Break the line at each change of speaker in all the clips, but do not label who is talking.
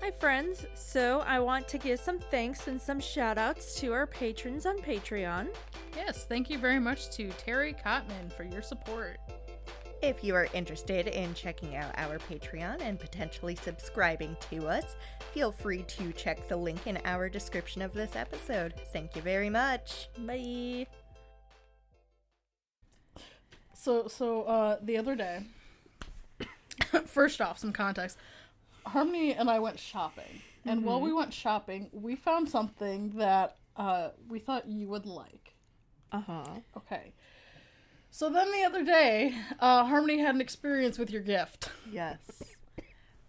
Hi, friends. So, I want to give some thanks and some shout outs to our patrons on Patreon.
Yes, thank you very much to Terry Cotman for your support.
If you are interested in checking out our Patreon and potentially subscribing to us, feel free to check the link in our description of this episode. Thank you very much.
Bye.
So, so uh, the other day, first off, some context. Harmony and I went shopping, and while we went shopping, we found something that uh, we thought you would like.
Uh
Uh-huh.
huh.
Okay. So then the other day, uh, Harmony had an experience with your gift.
Yes.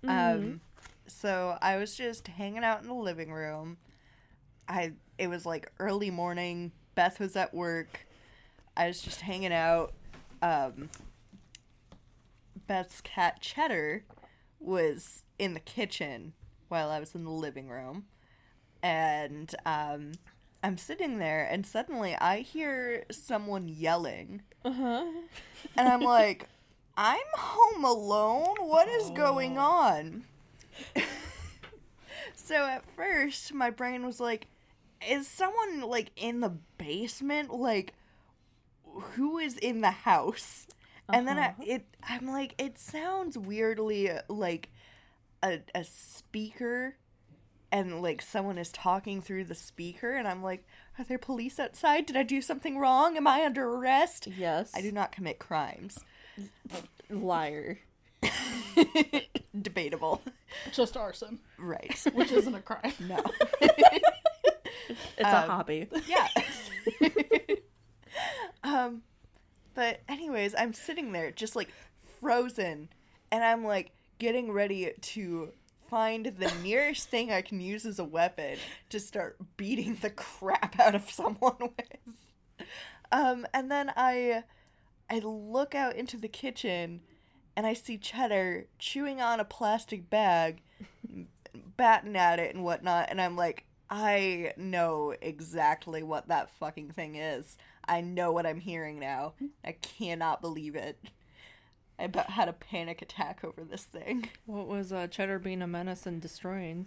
Um, so I was just hanging out in the living room. I it was like early morning. Beth was at work. I was just hanging out. Um, Beth's cat Cheddar was in the kitchen while I was in the living room, and um, I'm sitting there, and suddenly I hear someone yelling. And I'm like, I'm home alone? What is going on? so at first, my brain was like, is someone like in the basement? Like, who is in the house? And then I, it, I'm like, it sounds weirdly like a, a speaker, and like someone is talking through the speaker. And I'm like, are there police outside? Did I do something wrong? Am I under arrest?
Yes.
I do not commit crimes.
Liar.
Debatable.
Just arson,
Right.
which isn't a crime.
No.
It's a hobby.
yeah. um but anyways, I'm sitting there just like frozen and I'm like getting ready to find the nearest thing I can use as a weapon to start beating the crap out of someone with. Um and then I I look out into the kitchen and I see Cheddar chewing on a plastic bag batting at it and whatnot, and I'm like, I know exactly what that fucking thing is. I know what I'm hearing now. I cannot believe it. I about had a panic attack over this thing.
What was uh, Cheddar being a menace and destroying?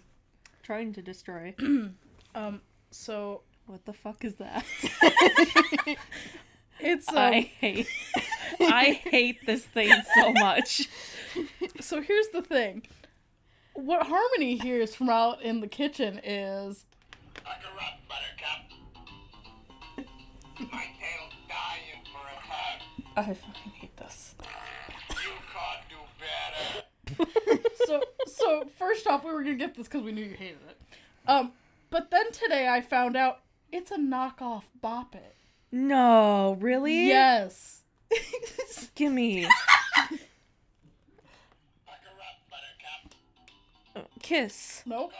Trying to destroy.
So
what the fuck is that?
it's um,
I hate. I hate this thing so much.
so here's the thing. What Harmony hears from out in the kitchen is
Like a rock, buttercup. My tail's dying for a hug.
I fucking hate this.
You can't do better.
So so first off, we were gonna get this because we knew you hated it. Um, but then today I found out it's a knockoff Bop It.
No, really?
Yes.
Gimme.
Like a rock, buttercup.
Kiss.
Nope.
Go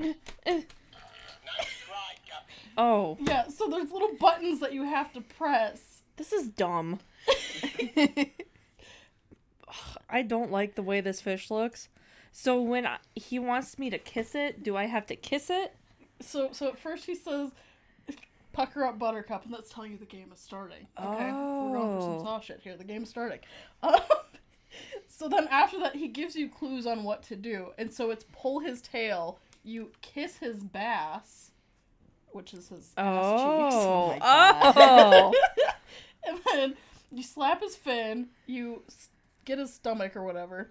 on and slap my belly. nice try, Guppy.
Oh,
Yeah. So there's little buttons that you have to press.
this is dumb. I don't like the way this fish looks. So when I, he wants me to kiss it, do I have to kiss it?
So so at first he says, "Pucker up, Buttercup," and that's telling you the game is starting. Okay, we're going for
Oh.
some saw shit here. The game's starting. Um, so then after that, he gives you clues on what to do, and so it's pull his tail, you kiss his bass, which is his ass
Oh,
my
oh,
cheeks, and then you slap his fin, you s- get his stomach or whatever,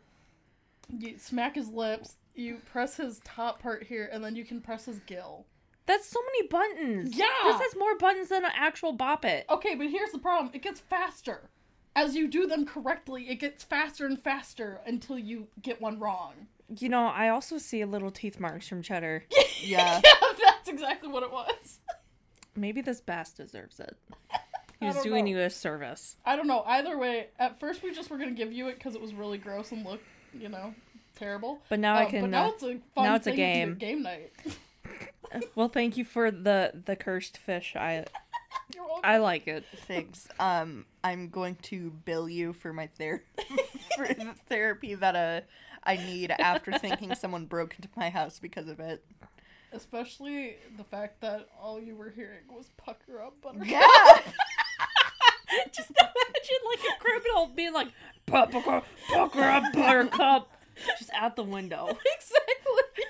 you smack his lips. You press his top part here, and then you can press his gill.
that's so many buttons.
Yeah.
this has more buttons than an actual bop it.
Okay, but here's the problem. It gets faster. As you do them correctly, it gets faster and faster until you get one wrong.
You know, I also see little teeth marks from Cheddar.
Yeah.
That's exactly what it was.
Maybe this bass deserves it.
I
He's
don't
doing
know.
you a service.
I don't know. Either way, at first we just were gonna give you it because it was really gross and looked, you know, terrible.
But now I
Um,
can.
But now
uh,
it's a fun
now it's a
thing to do
game.
at game night.
well, thank you for the the cursed fish. I
You're welcome.
I like it.
Thanks. Um, I'm going to bill you for my ther- for the therapy that uh, I need after thinking someone broke into my house because of it.
Especially the fact that all you were hearing was pucker up buttercup.
Yeah.
Just imagine like a criminal being like, "Pucker, pucker up, buttercup." just out the window.
exactly.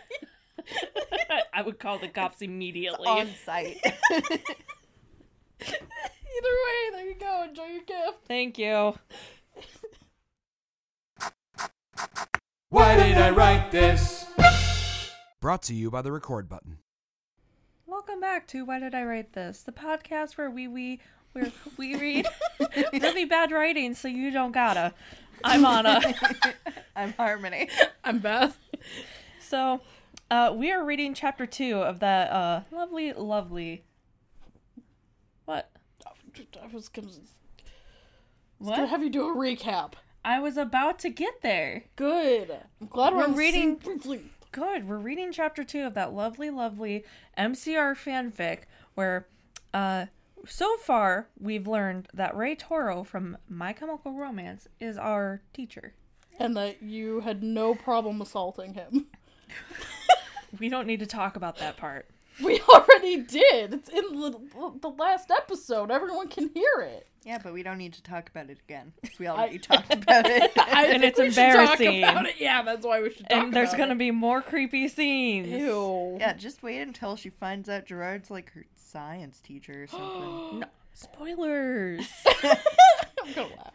I would call the cops immediately.
on site.
Either way, there you go. Enjoy your gift.
Thank you.
Why did I write this? Brought to you by the record button.
Welcome back to Why Did I Write This? The podcast where we we where we read really bad writing so you don't gotta. I'm on a
I'm Harmony.
I'm Beth.
so uh we are reading chapter two of that uh lovely, lovely what?
I was gonna, was gonna
What?
have you do a recap.
I was about to get there.
Good. I'm glad we're,
We're reading-
briefly.
Good. We're reading chapter two of that lovely, lovely MCR fanfic where uh so far we've learned that Ray Toro from My Chemical Romance is our teacher.
And that you had no problem assaulting him.
We don't need to talk about that part.
We already did. It's in the, the last episode. Everyone can hear it.
Yeah, but we don't need to talk about it again. 'cause We already talked about it.
I
And
think
it's
we should talk
embarrassing.
about it. Yeah, that's why we should. Talk
and there's
about
gonna
it.
be more creepy scenes.
Ew.
yeah, just wait until she finds out Gerard's like her science teacher or something.
No, spoilers.
I'm gonna laugh.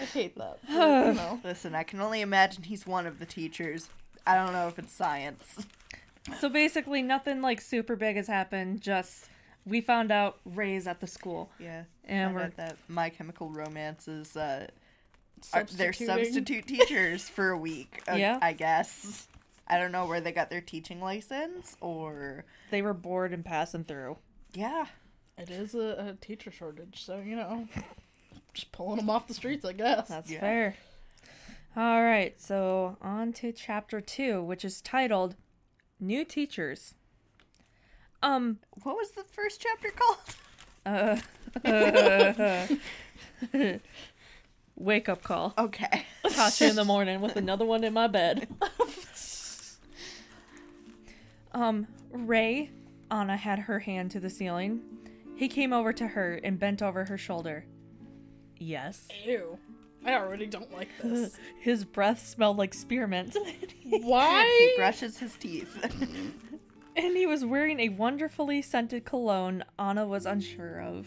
I hate that.
Listen, I can only imagine he's one of the teachers. I don't know if it's science.
so basically, nothing like super big has happened. Just we found out Ray's at the school.
Yeah.
And
found
we're-
out that My Chemical Romance is uh, are, they're
Substituting.
substitute teachers for a week. uh,
Yeah.
I guess. I don't know where they got their teaching license or
They were bored and passing through.
yeah.
It is a, a teacher shortage, so you know, just pulling them off the streets, I guess.
That's
Yeah.
fair. All right, so on to chapter two, which is titled "New Teachers." Um,
What was the first chapter called?
uh, wake up call.
Okay.
Tasha in the morning with another one in my bed. um, Ray, Anna had her hand to the ceiling. He came over to her and bent over her shoulder. Yes.
Ew. I already don't like this.
His breath smelled like spearmint,
he
Why?
brushes his teeth.
and he was wearing a wonderfully scented cologne Anna was unsure of.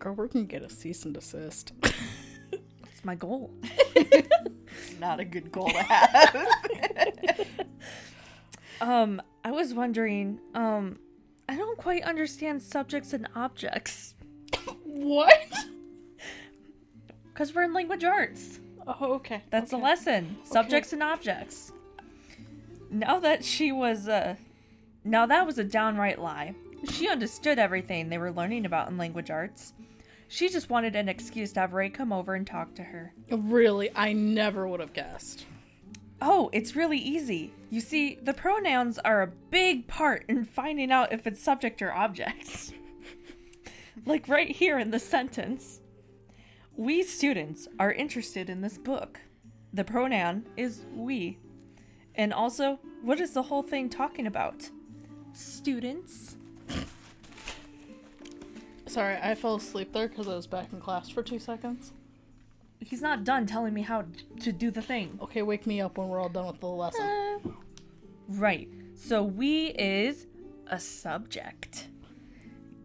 Girl, we're gonna get a cease and desist.
It's my goal.
Not a good goal to have.
Um, I was wondering, um, I don't quite understand subjects and objects.
what?
Because we're in language arts.
Oh, okay.
That's the lesson. Subjects and objects. Now that she was uh now that was a downright lie. She understood everything they were learning about in language arts. She just wanted an excuse to have Ray come over and talk to her.
Really, I never would have guessed.
Oh, it's really easy. You see, the pronouns are a big part in finding out if it's subject or object. like right here in the sentence. We students are interested in this book. The pronoun is we. And also, what is the whole thing talking about? Students?
Sorry, I fell asleep there because I was back in class for two seconds.
He's not done telling me how to do the thing.
Okay, wake me up when we're all done with the lesson.
Right. So we is a subject.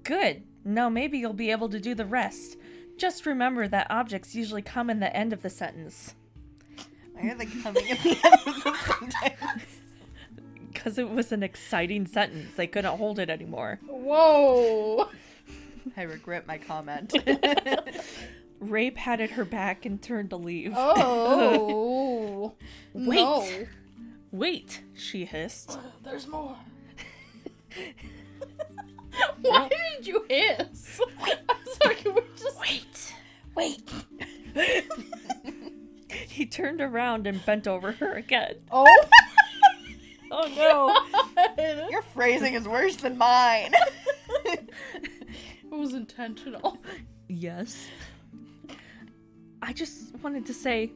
Good. Now maybe you'll be able to do the rest. Just remember that objects usually come in the end of the sentence.
Why are they coming at the end of the sentence?
Because it was an exciting sentence. They couldn't hold it anymore.
Whoa!
I regret my comment.
Ray patted her back and turned to leave.
Oh!
Wait.
No.
Wait, she hissed.
There's more. Why did you hiss? I'm sorry, can we just
Wait. Wait. he turned around and bent over her again.
Oh
Oh no.
it
Your phrasing is worse than mine.
was intentional.
Yes. I just wanted to say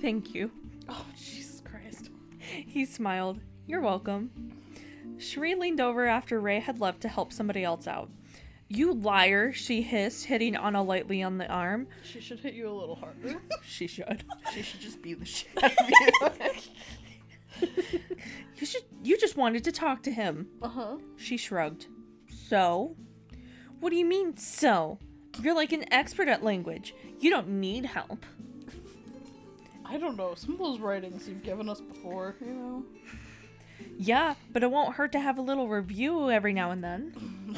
thank you.
Oh Jesus Christ.
He smiled. You're welcome. Sheree leaned over after Ray had left to help somebody else out. You liar, she hissed, hitting Anna lightly on the arm.
She should hit you a little harder.
She should.
She should just beat the shit out of you.
You should you just wanted to talk to him.
Uh huh.
She shrugged. So? What do you mean, so? You're like an expert at language. You don't need help.
I don't know. Some of those writings you've given us before, you know.
Yeah, but it won't hurt to have a little review every now and then.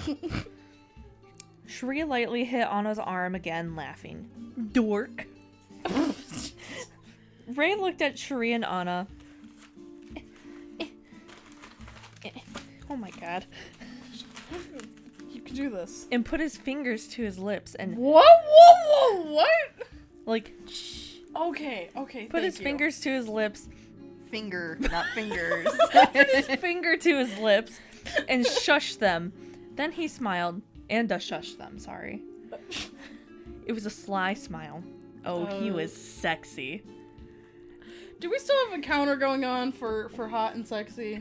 Shri lightly hit Anna's arm again, laughing. Dork. Ray looked at Shri and Anna. Oh my god.
You can do this.
And put his fingers to his lips and,
What? Whoa! Whoa! What?
like,
Okay. Okay.
put his fingers to his lips
Finger, not fingers.
finger to his lips and shushed them. Then he smiled and uh, shushed them, sorry. It was a sly smile. Oh, he
Oh.
was sexy.
Do we still have a counter going on for for hot and sexy?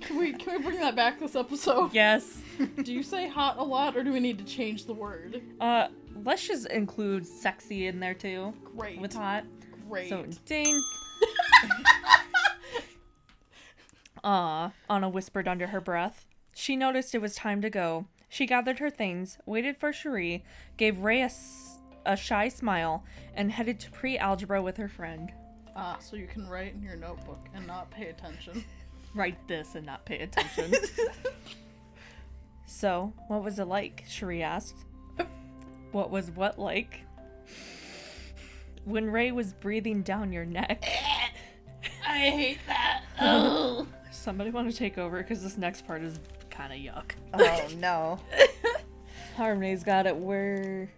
Can we can we bring that back this episode?
Yes.
Do you say hot a lot, or do we need to change the word?
Uh, let's just include sexy in there too
Great.
with hot.
Great.
So ding. Ah, Anna whispered under her breath. She noticed it was time to go. She gathered her things, waited for Cherie, gave Ray a, s- a shy smile, and headed to pre-algebra with her friend.
Ah, so you can write in your notebook and not pay attention.
Write this and not pay attention. so, what was it like? Cherie asked. What was what like? When Ray was breathing down your neck.
I hate that. Ugh.
Somebody want to take over because this next part is kind of yuck.
oh no.
Harmony's got it. Where?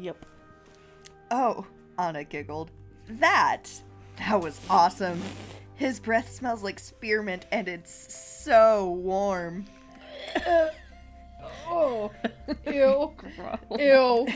Yep.
Oh, Anna giggled. That! That was awesome. His breath smells like spearmint and it's so warm.
oh, ew,
Gross.
ew.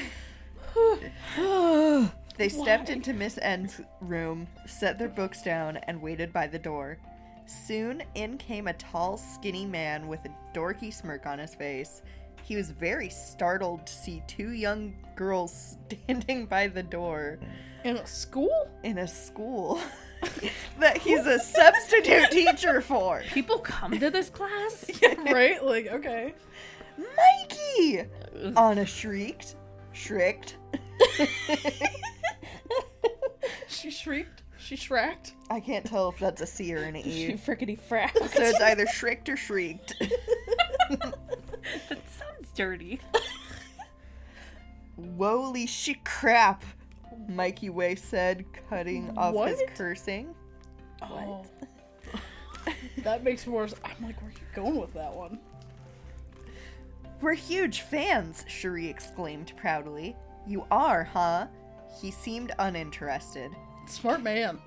They stepped into Miss N's room, set their books down, and waited by the door. Soon in came a tall, skinny man with a dorky smirk on his face. He was very startled to see two young girls standing by the door
In a school?
in a school that he's a substitute teacher for.
People come to this class.
right? Like, okay.
Mikey! Anna shrieked. Shrieked.
She shrieked. She shracked.
I can't tell if that's a C or an
She
E.
frickety frack.
So it's either shrieked or shrieked.
that sounds dirty.
Woly she crap, Mikey Way said, cutting off his
What?
cursing.
Oh. that makes worse. I'm like, where are you going with that one?
We're huge fans, Cherie exclaimed proudly. You are, huh? He seemed uninterested.
Smart man.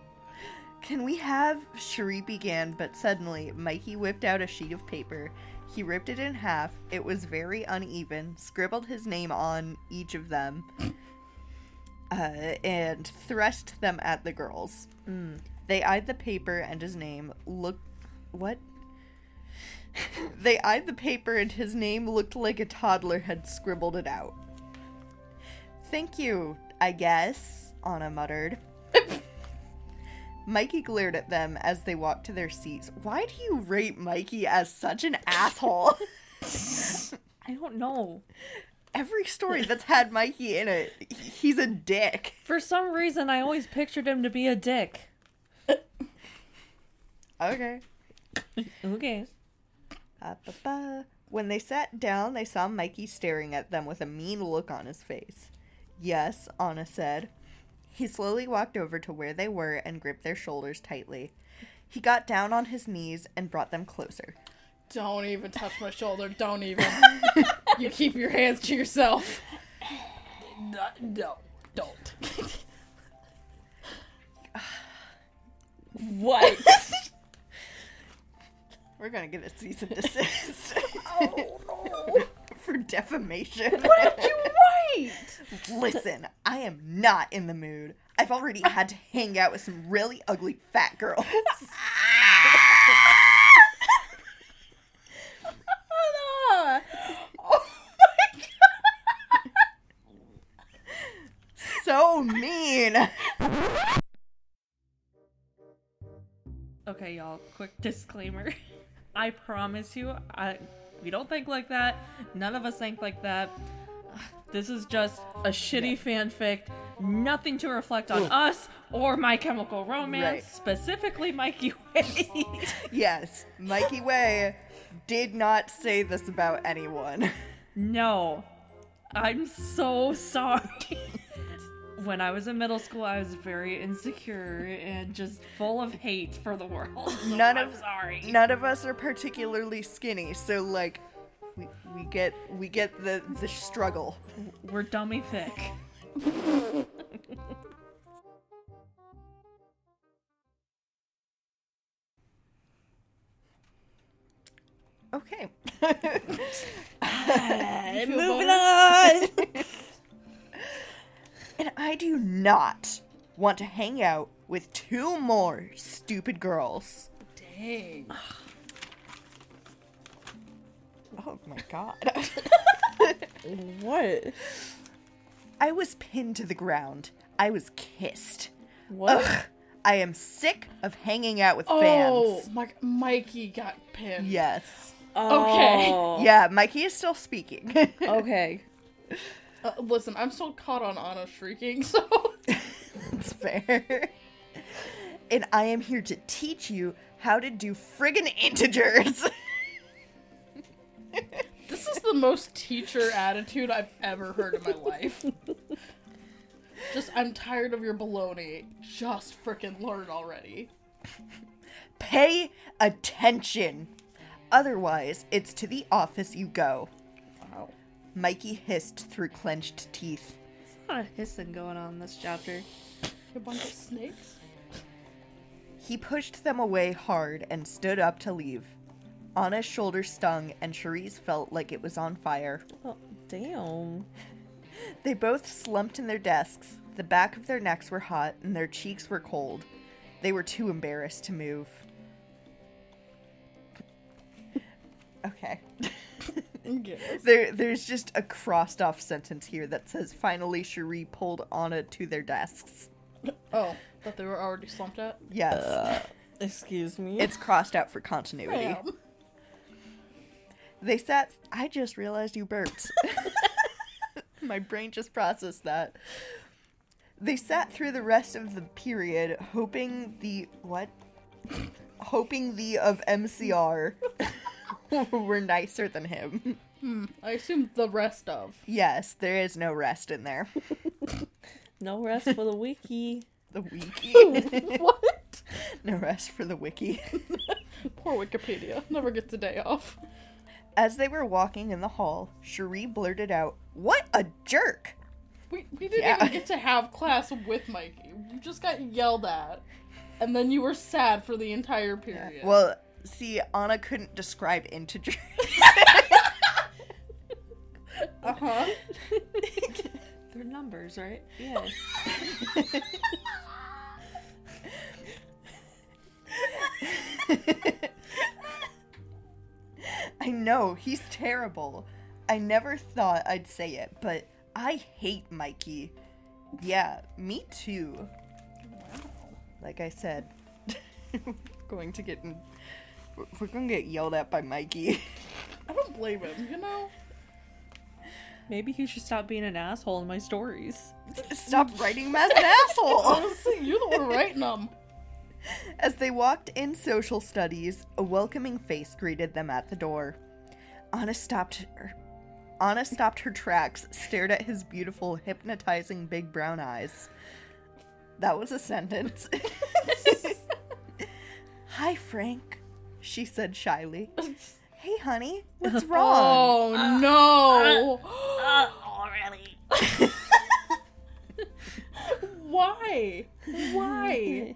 Can we have? Cherie began, but suddenly Mikey whipped out a sheet of paper. He ripped it in half. It was very uneven. Scribbled his name on each of them, uh, and thrust them at the girls. Mm. They eyed the paper and his name. Looked what? they eyed the paper and his name looked like a toddler had scribbled it out. Thank you, I guess. Anna muttered. Mikey glared at them as they walked to their seats. Why do you rate Mikey as such an asshole?
I don't know.
Every story that's had Mikey in it, he's a dick.
For some reason, I always pictured him to be a dick.
Okay.
Okay.
Ba-ba-ba. When they sat down, they saw Mikey staring at them with a mean look on his face. Yes, Anna said. He slowly walked over to where they were and gripped their shoulders tightly. He got down on his knees and brought them closer.
Don't even touch my shoulder. Don't even. you keep your hands to yourself. No, no, don't.
What?
We're gonna get a cease and desist. For defamation.
You're right.
Listen, I am not in the mood. I've already had to hang out with some really ugly fat girls.
Oh my
so mean.
Okay, y'all, quick disclaimer. I promise you, I, we don't think like that. None of us think like that. This is just a shitty fanfic. Nothing to reflect on us or My Chemical Romance,
Right.
specifically Mikey Way.
yes, Mikey Way did not say this about anyone.
no. I'm so sorry. when I was in middle school, I was very insecure and just full of hate for the world. So
None
I'm
of-
sorry.
None of us are particularly skinny, so like we, we get we get the the struggle.
We're dummy thick.
Okay.
You feel better?
And I do not want to hang out with two more stupid girls.
Dang.
Oh my god. what? I was pinned to the ground. I was kissed.
What?
Ugh, I am sick of hanging out with
Oh,
fans.
Mike, Mikey got pinned.
Yes.
Okay.
Oh.
Yeah, Mikey is still speaking.
Okay.
Uh, listen, I'm still caught on Anna shrieking, so
it's fair. And I am here to teach you how to do friggin' integers.
this is the most teacher attitude I've ever heard in my life. Just, I'm tired of your baloney. Just frickin' learn already.
Pay attention. Otherwise, it's to the office you go.
Wow.
Mikey hissed through clenched teeth.
A lot of hissing going on in this chapter.
A bunch of snakes?
He pushed them away hard and stood up to leave. Anna's shoulder stung, and Cherie's felt like it was on fire.
Oh, damn.
They both slumped in their desks. The back of their necks were hot, and their cheeks were cold. They were too embarrassed to move. Okay.
Yes.
There, there's just a crossed off sentence here that says, Finally, Cherie pulled Anna to their desks.
Oh, that they were already slumped at?
Yes.
Uh. Excuse me.
It's crossed out for continuity.
Damn.
They sat. I just realized you burped. My brain just processed that. They sat through the rest of the period, hoping the what? hoping the of MCR were nicer than him.
I assume the rest of.
Yes, there is no rest in there.
no rest for the wiki.
The wiki.
what?
no rest for the wiki.
Poor Wikipedia. Never gets a day off.
As they were walking in the hall, Cherie blurted out, "What a jerk!"
We, we didn't
Yeah.
even get to have class with Mikey. You just got yelled at, and then you were sad for the entire period.
Well, see, Anna couldn't describe integers.
uh huh.
They're numbers, right? Yeah.
I know, he's terrible. I never thought I'd say it, but I hate Mikey. Yeah, me too. Like I said, we're going to get in, we're- we're going to get yelled at by Mikey.
I don't blame him, you know?
Maybe he should stop being an asshole in my stories.
Stop writing him as an asshole.
Honestly, you're the one writing them.
As they walked in social studies, a welcoming face greeted them at the door. Anna stopped her. Anna stopped her tracks, stared at his beautiful, hypnotizing big brown eyes. That was a sentence. Hi, Frank, she said shyly. Hey, honey, what's wrong?
Oh
Um,
no!
uh, already.
Why? Why?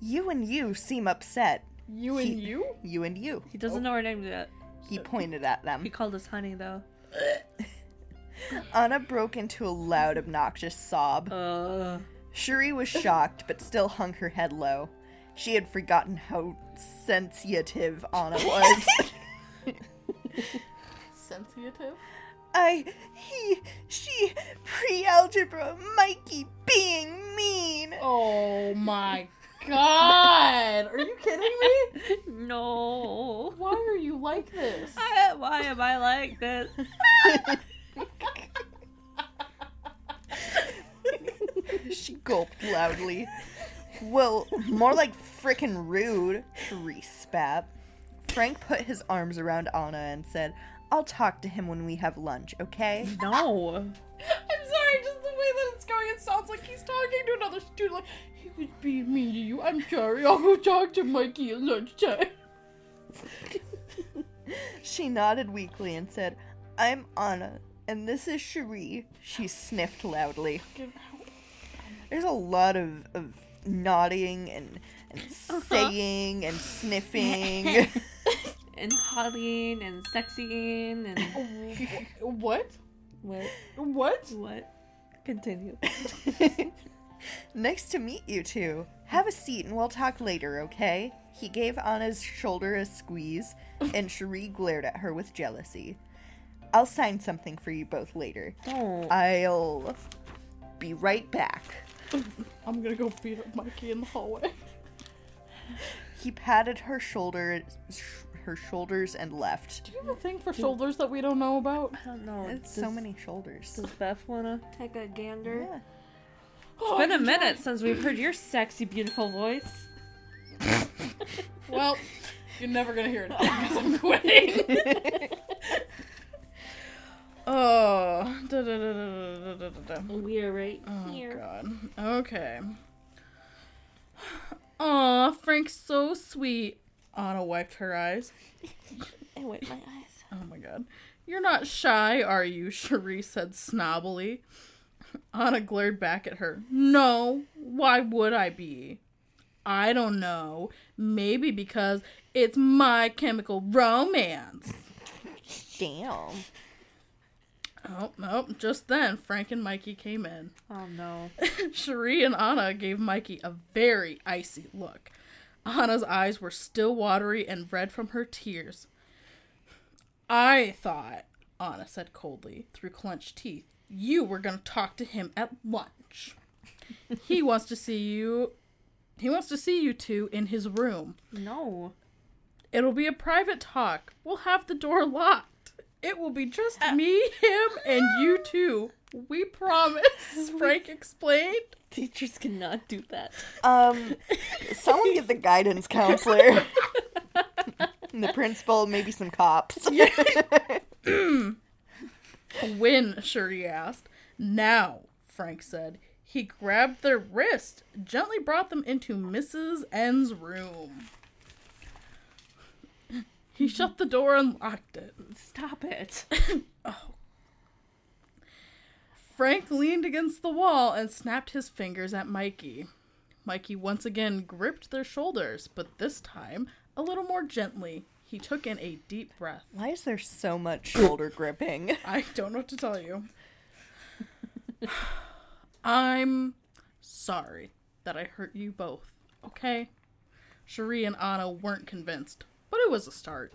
You and you seem upset.
You and you?
You and you,
He doesn't know her name yet.
he pointed at them.
He called us honey, though.
Anna broke into a loud, obnoxious sob.
Uh,
Shuri was shocked, but still hung her head low. She had forgotten how sensitive Anna was.
Sensitive?
I, he, she, pre algebra, Mikey being mean.
Oh my god! Are you kidding me?
No.
Why are you like this?
I- Why am I like this?
She gulped loudly. Well, more like frickin' rude, Therese spat. Frank put his arms around Anna and said, I'll talk to him when we have lunch, okay?
No.
I'm sorry, just the way that it's going, it sounds like he's talking to another student. Like, he was being mean to you. I'm sorry. I'll go talk to Mikey at lunchtime.
She nodded weakly and said, I'm Anna, and this is Cherie. She sniffed loudly. There's a lot of, of nodding and, and saying and sniffing.
And hotting and sexying and
What?
what?
What?
What? Continue.
nice to meet you two. Have a seat and we'll talk later, okay? He gave Anna's shoulder a squeeze, and Cherie glared at her with jealousy. I'll sign something for you both later.
No.
I'll be right back.
I'm gonna go beat up Mikey in the hallway.
He patted her shoulder, her shoulders, and left.
Do you have a thing for shoulders that we don't know about?
I don't know.
It's so many shoulders.
Does Beth wanna take a gander?
Yeah.
Oh, It's been a minute since we've heard your sexy, beautiful voice.
Well, you're never gonna hear it because I'm quitting. oh, da, da, da, da, da, da, da, da.
We are right
oh
here.
god. Okay. Aw, Frank's so sweet. Anna wiped her eyes.
I wiped my eyes.
Oh my god. You're not shy, are you? Cherie said snobbily. Anna glared back at her. No, why would I be? I don't know. Maybe because it's my chemical romance.
Damn.
Oh, no. Just then, Frank and Mikey came in.
Oh no.
Cherie and Anna gave Mikey a very icy look. Anna's eyes were still watery and red from her tears. I thought, Anna said coldly, through clenched teeth, you were going to talk to him at lunch. he wants to see you. He wants to see you two in his room.
No.
It'll be a private talk. We'll have the door locked. It will be just me, him, and you two. We promise, Frank explained.
Teachers cannot do that.
Um, someone get the guidance counselor. And the principal, maybe some cops.
When? Shuri asked. Now, Frank said. He grabbed their wrist, gently brought them into Mrs. N's room. He shut the door and locked it.
Stop it.
Frank leaned against the wall and snapped his fingers at Mikey. Mikey once again gripped their shoulders, but this time a little more gently. He took in a deep breath.
Why is there so much shoulder gripping?
I don't know what to tell you. I'm sorry that I hurt you both, okay? Cherie and Anna weren't convinced, but it was a start.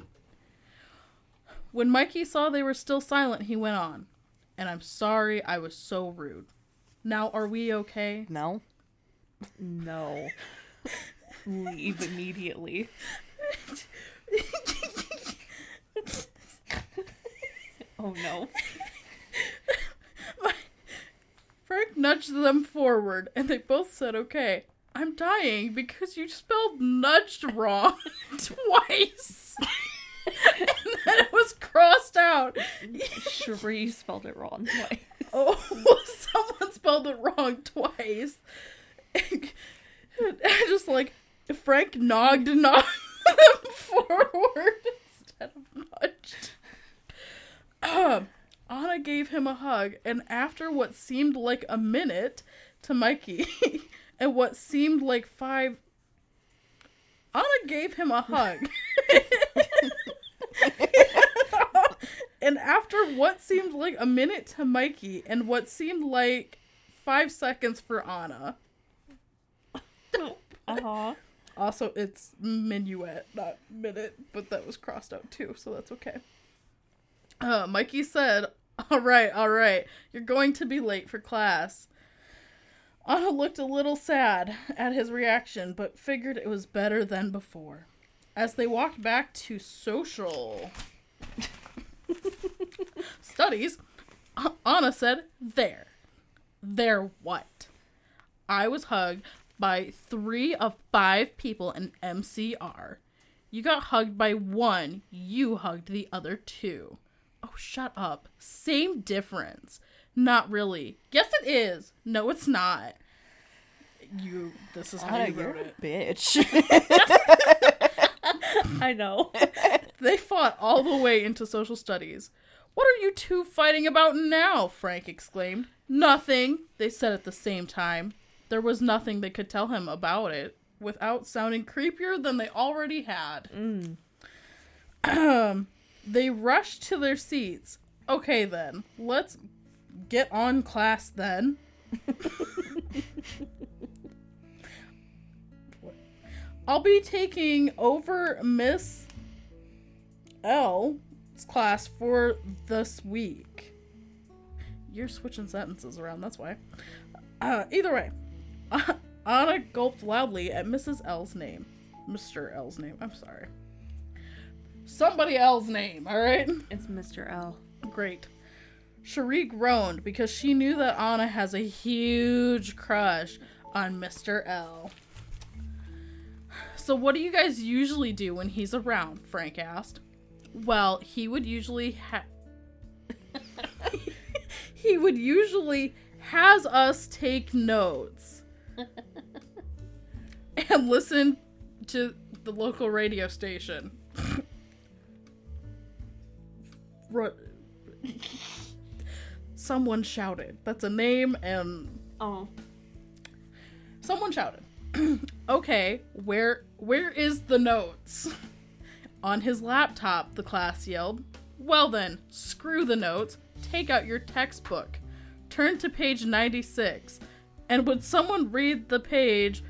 When Mikey saw they were still silent, he went on, and I'm sorry I was so rude. Now, are we okay?
No.
No. Leave immediately. oh no.
Frank nudged them forward, and they both said okay. I'm dying because you spelled nudged wrong twice. and then it was crossed out.
Cherie spelled it wrong twice.
Oh, someone spelled it wrong twice. I just like Frank nogged and nogged them forward instead of nudged. Um, Anna gave him a hug, and after what seemed like a minute to Mikey, and what seemed like five, Anna gave him a hug. and after what seemed like a minute to Mikey, and what seemed like five seconds for Anna.
Uh huh.
Also, it's minuet, not minute, but that was crossed out too, so that's okay. Uh, Mikey said All right, all right. You're going to be late for class. Anna looked a little sad at his reaction, but figured it was better than before. As they walked back to social studies, A- Anna said, There. There what? I was hugged by three of five people in MCR. You got hugged by one, you hugged the other two. Oh, shut up. Same difference. Not really. Yes, it is. No, it's not. You, this is how
Anna,
you
you're
wrote
a
it.
bitch.
I know.
They fought all the way into social studies. What are you two fighting about now? Frank exclaimed. Nothing, they said at the same time. There was nothing they could tell him about it without sounding creepier than they already had. Um, they rushed to their seats. Okay, then, let's get on class then. I'll be taking over Miss L's class for this week. You're switching sentences around, that's why. Uh, either way, Anna gulped loudly at Mrs. L's name. Mr. L's name, I'm sorry. Somebody L's name, alright?
It's Mr. L.
Great. Cherie groaned because she knew that Anna has a huge crush on Mr. L. So, what do you guys usually do when he's around? Frank asked. Well, he would usually ha- he would usually has us take notes and listen to the local radio station. Ru- Someone shouted. That's a name and
Oh.
Someone shouted, "Okay, where where is the notes?" On his laptop, the class yelled, "Well then, screw the notes. Take out your textbook. Turn to page 96. And would someone read the page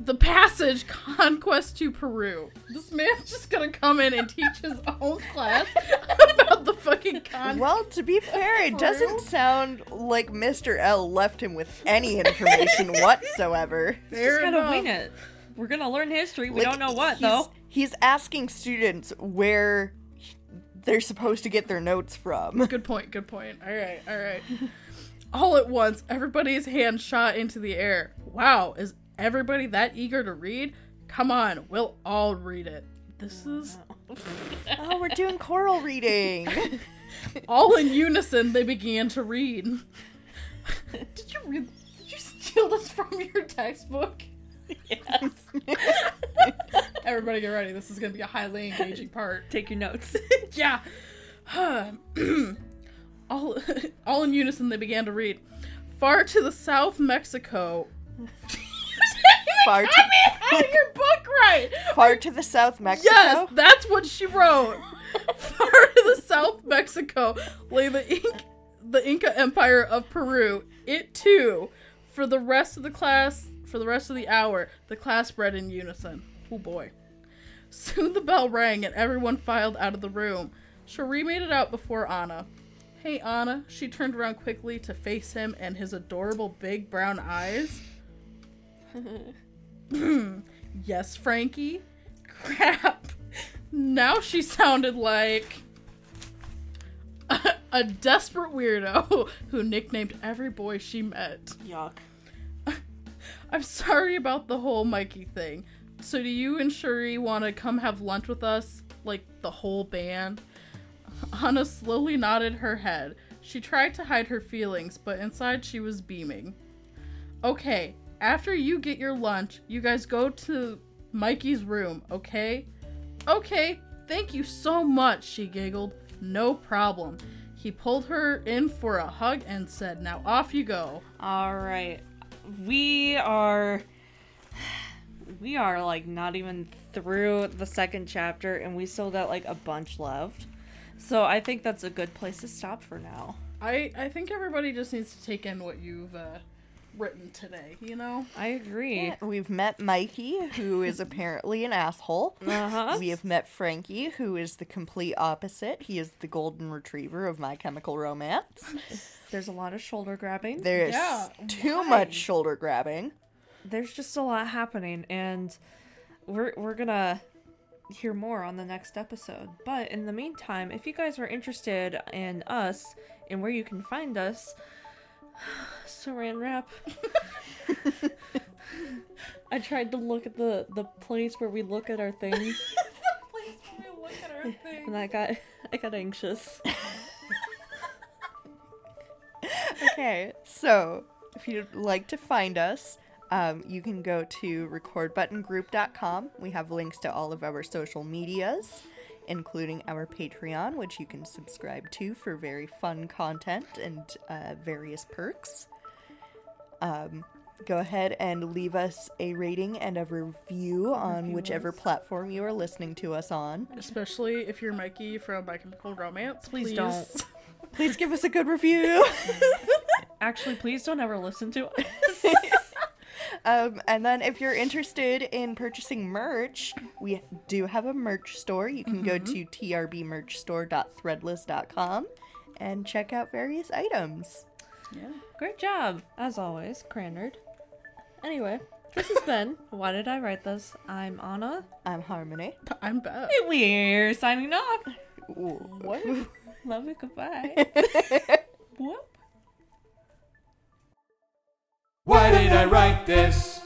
the passage Conquest to Peru. This man's just gonna come in and teach his own class about the fucking conquest.
well, to be fair, it doesn't sound like Mr. L left him with any information whatsoever.
Just
Fair
gotta
enough.
wing it. We're gonna learn history. We
Like,
don't know what,
he's,
though.
He's asking students where they're supposed to get their notes from.
Good point, good point. All right, all right. All at once, everybody's hand shot into the air. Wow, is everybody that eager to read? Come on, we'll all read it. This is
oh, we're doing choral reading.
all in unison they began to read. did you read did you steal this from your textbook?
Yes.
Everybody get ready. This is going to be a highly engaging part.
Take your notes.
yeah. all, all in unison, they began to read. Far to the south, Mexico. Far
Far to-
to- out of your book, right?
Far to the south, Mexico.
Yes, that's what she wrote. Far to the south, Mexico lay the Inca, the Inca Empire of Peru. It too, for the rest of the class, for the rest of the hour, the class read in unison. Oh boy. Soon the bell rang and everyone filed out of the room. Cherie made it out before Anna. Hey Anna, she turned around quickly to face him and his adorable big brown eyes. Hmm. yes, Frankie. Crap. Now she sounded like a, a desperate weirdo who nicknamed every boy she met.
Yuck.
I'm sorry about the whole Mikey thing. So do you and Shuri want to come have lunch with us, like the whole band? Anna slowly nodded her head. She tried to hide her feelings, but inside she was beaming. Okay, after you get your lunch, you guys go to Mikey's room, okay? Okay, thank you so much, she giggled. No problem. He pulled her in for a hug and said, Now off you go.
All right. We are. We are like not even through the second chapter, and we still got like a bunch left. So I think that's a good place to stop for now.
I I think everybody just needs to take in what you've uh, written today, you know?
I agree.
We've met Mikey, who is apparently an asshole.
Uh huh.
We have met Frankie, who is the complete opposite. He is the golden retriever of My Chemical Romance.
There's a lot of shoulder grabbing.
There is
Yeah,
too
why?
much shoulder grabbing.
There's just a lot happening, and we're we're gonna hear more on the next episode. But in the meantime, if you guys are interested in us and where you can find us, Saran wrap. I tried to look at the the place where we look at our things,
Please can we look at our thing?
and I got I got anxious.
Okay, so if you'd like to find us, um, you can go to recordbuttongroup.com. We have links to all of our social medias, including our Patreon, which you can subscribe to for very fun content and uh, various perks. Um, go ahead and leave us a rating and a review on whichever platform you are listening to us on.
Especially if you're Mikey from My Chemical Romance. Please,
don't.
Please give us a good review.
Actually, please don't ever listen to us.
Um, and then if you're interested in purchasing merch, we do have a merch store. You can go to trbmerchstore.threadless.com and check out various items.
Yeah.
Great job, as always, Cranard. Anyway, this has been Why Did I Write This? I'm Anna.
I'm Harmony.
I'm bad.
We're signing off.
Ooh.
What?
Love you, goodbye. Whoop.
Why did I write this?